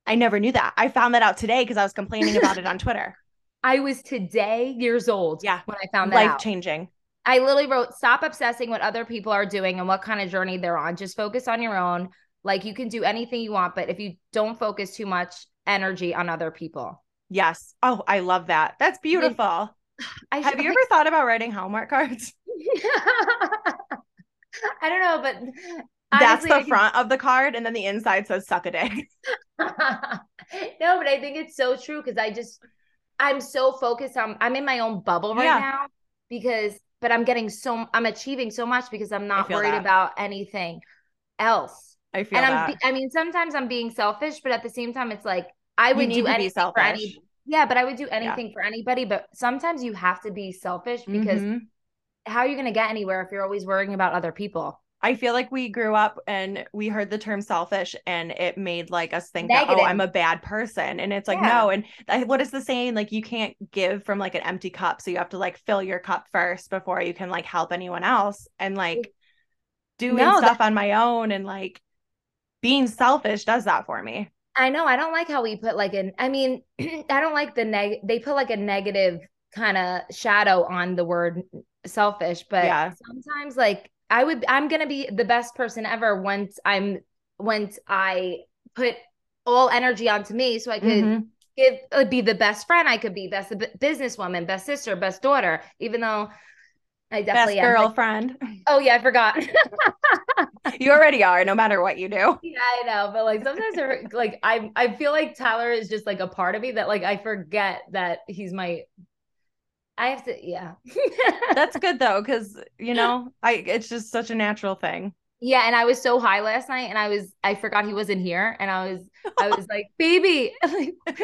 Speaker 1: I never knew that. I found that out today because I was complaining about it on Twitter.
Speaker 2: I was today years old
Speaker 1: Yeah.
Speaker 2: when I found that
Speaker 1: Life
Speaker 2: out.
Speaker 1: changing.
Speaker 2: I literally wrote, stop obsessing what other people are doing and what kind of journey they're on. Just focus on your own. Like you can do anything you want, but if you don't focus too much energy on other people.
Speaker 1: Yes. Oh, I love that. That's beautiful.
Speaker 2: I
Speaker 1: Have
Speaker 2: should-
Speaker 1: you ever thought about writing Hallmark cards?
Speaker 2: I don't know, but
Speaker 1: That's
Speaker 2: honestly, I
Speaker 1: the
Speaker 2: can-
Speaker 1: front of the card, and then the inside says "suck a dick."
Speaker 2: no, but I think it's so true because I just I'm so focused on I'm in my own bubble right
Speaker 1: Yeah.
Speaker 2: now because but I'm getting so I'm achieving so much because I'm not
Speaker 1: feel
Speaker 2: worried
Speaker 1: that.
Speaker 2: about anything else.
Speaker 1: I feel
Speaker 2: and I'm
Speaker 1: that.
Speaker 2: be- I mean sometimes I'm being selfish, but at the same time it's like I
Speaker 1: You
Speaker 2: would
Speaker 1: need
Speaker 2: do
Speaker 1: to be
Speaker 2: anything for any
Speaker 1: selfish.
Speaker 2: yeah, but I would do anything for anybody. But sometimes you have to be selfish because
Speaker 1: Mhm.
Speaker 2: how are you gonna get anywhere if you're always worrying about other people?
Speaker 1: I feel like we grew up and we heard the term selfish, and it made like us think that oh,
Speaker 2: Negative.
Speaker 1: I'm a bad person, and it's like
Speaker 2: Yeah.
Speaker 1: no. And I, what is the saying? Like you can't give from like an empty cup, so you have to like fill your cup first before you can like help anyone else. And like doing
Speaker 2: No, that-
Speaker 1: stuff on my own and like being selfish does that for me.
Speaker 2: I know. I don't like how we put like an, I mean, I don't like the neg, they put like a negative kind of shadow on the word selfish, but
Speaker 1: Yeah.
Speaker 2: sometimes like I would, I'm going to be the best person ever once I'm, once I put all energy onto me so I could
Speaker 1: Mhm.
Speaker 2: give, uh, be the best friend I could be, best bu- businesswoman, best sister, best daughter, even though I
Speaker 1: Best
Speaker 2: definitely am. like-
Speaker 1: girlfriend.
Speaker 2: oh, yeah, I forgot.
Speaker 1: you already are, no matter what you do.
Speaker 2: Yeah, I know, but like sometimes I like I I feel like Tyler is just like a part of me that like I forget that he's my I have to yeah.
Speaker 1: That's good though, because you know, I it's just such a natural thing.
Speaker 2: yeah, and I was so high last night and I was I forgot he wasn't here and I was I was like, "Baby." like and I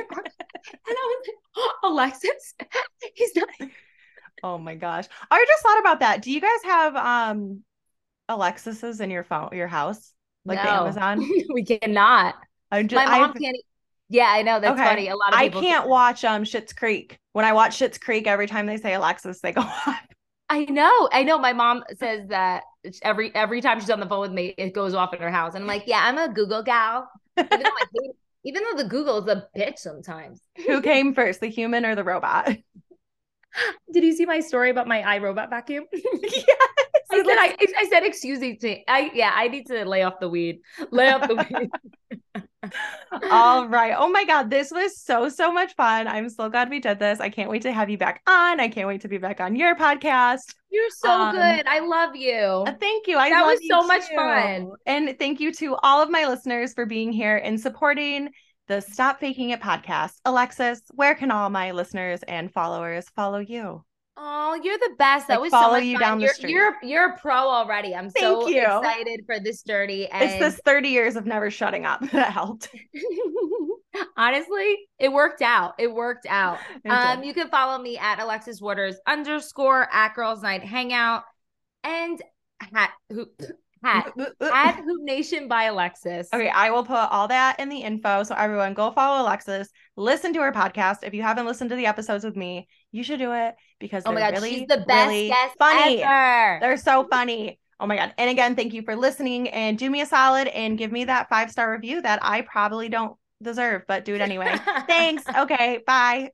Speaker 2: was like, "Oh, "Alexis, he's not
Speaker 1: Oh my gosh. I just thought about that. Do you guys have um Alexis's in your phone your house? Like the
Speaker 2: No.
Speaker 1: Amazon?
Speaker 2: we cannot.
Speaker 1: I'm just
Speaker 2: My mom
Speaker 1: I've-
Speaker 2: can't e- Yeah, I know that's
Speaker 1: Okay.
Speaker 2: funny. A lot of
Speaker 1: I
Speaker 2: people
Speaker 1: can't watch um Shits Creek. When I watch Shits Creek, every time they say Alexis, they go on.
Speaker 2: I know, I know. My mom says that every every time she's on the phone with me, it goes off in her house. And I'm like, yeah, I'm a Google gal. Even though, I hate, even though the Google is a bitch sometimes.
Speaker 1: Who came first, the human or the robot?
Speaker 2: Did you see my story about my iRobot vacuum?
Speaker 1: yes.
Speaker 2: I said, I, I said, excuse me. I yeah, I need to lay off the weed. Lay off the weed.
Speaker 1: All right. Oh my God. This was so, so much fun. I'm so glad we did this. I can't wait to have you back on. I can't wait to be back on your podcast.
Speaker 2: You're so
Speaker 1: Um,
Speaker 2: good. I love you.
Speaker 1: Uh, Thank you. I
Speaker 2: That
Speaker 1: love
Speaker 2: was
Speaker 1: you
Speaker 2: so much
Speaker 1: too.
Speaker 2: fun.
Speaker 1: And thank you to all of my listeners for being here and supporting the Stop Faking It podcast. Alexis, where can all my listeners and followers follow you?
Speaker 2: Oh, you're the best. That
Speaker 1: Like,
Speaker 2: was so
Speaker 1: follow
Speaker 2: much
Speaker 1: you
Speaker 2: fun.
Speaker 1: down the
Speaker 2: you're,
Speaker 1: street.
Speaker 2: You're you're a pro already. I'm so
Speaker 1: Thank you.
Speaker 2: excited for this journey.
Speaker 1: it's
Speaker 2: And
Speaker 1: this 30 years of never shutting up that helped.
Speaker 2: honestly, it worked out. It worked out.
Speaker 1: It did.
Speaker 2: Um, you can follow me at Alexis Waters underscore at Girls Night Hangout and hat who hat at Hoop Nation by Alexis.
Speaker 1: Okay, I will put all that in the info. So everyone go follow Alexis, listen to her podcast. If you haven't listened to the episodes with me, you should do it because
Speaker 2: Oh my
Speaker 1: they're
Speaker 2: god,
Speaker 1: really,
Speaker 2: she's the best
Speaker 1: really
Speaker 2: guest
Speaker 1: funny.
Speaker 2: ever.
Speaker 1: They're so funny. Oh my god. And again, thank you for listening and do me a solid and give me that five-star review that I probably don't deserve, but do it anyway. Thanks. Okay, bye.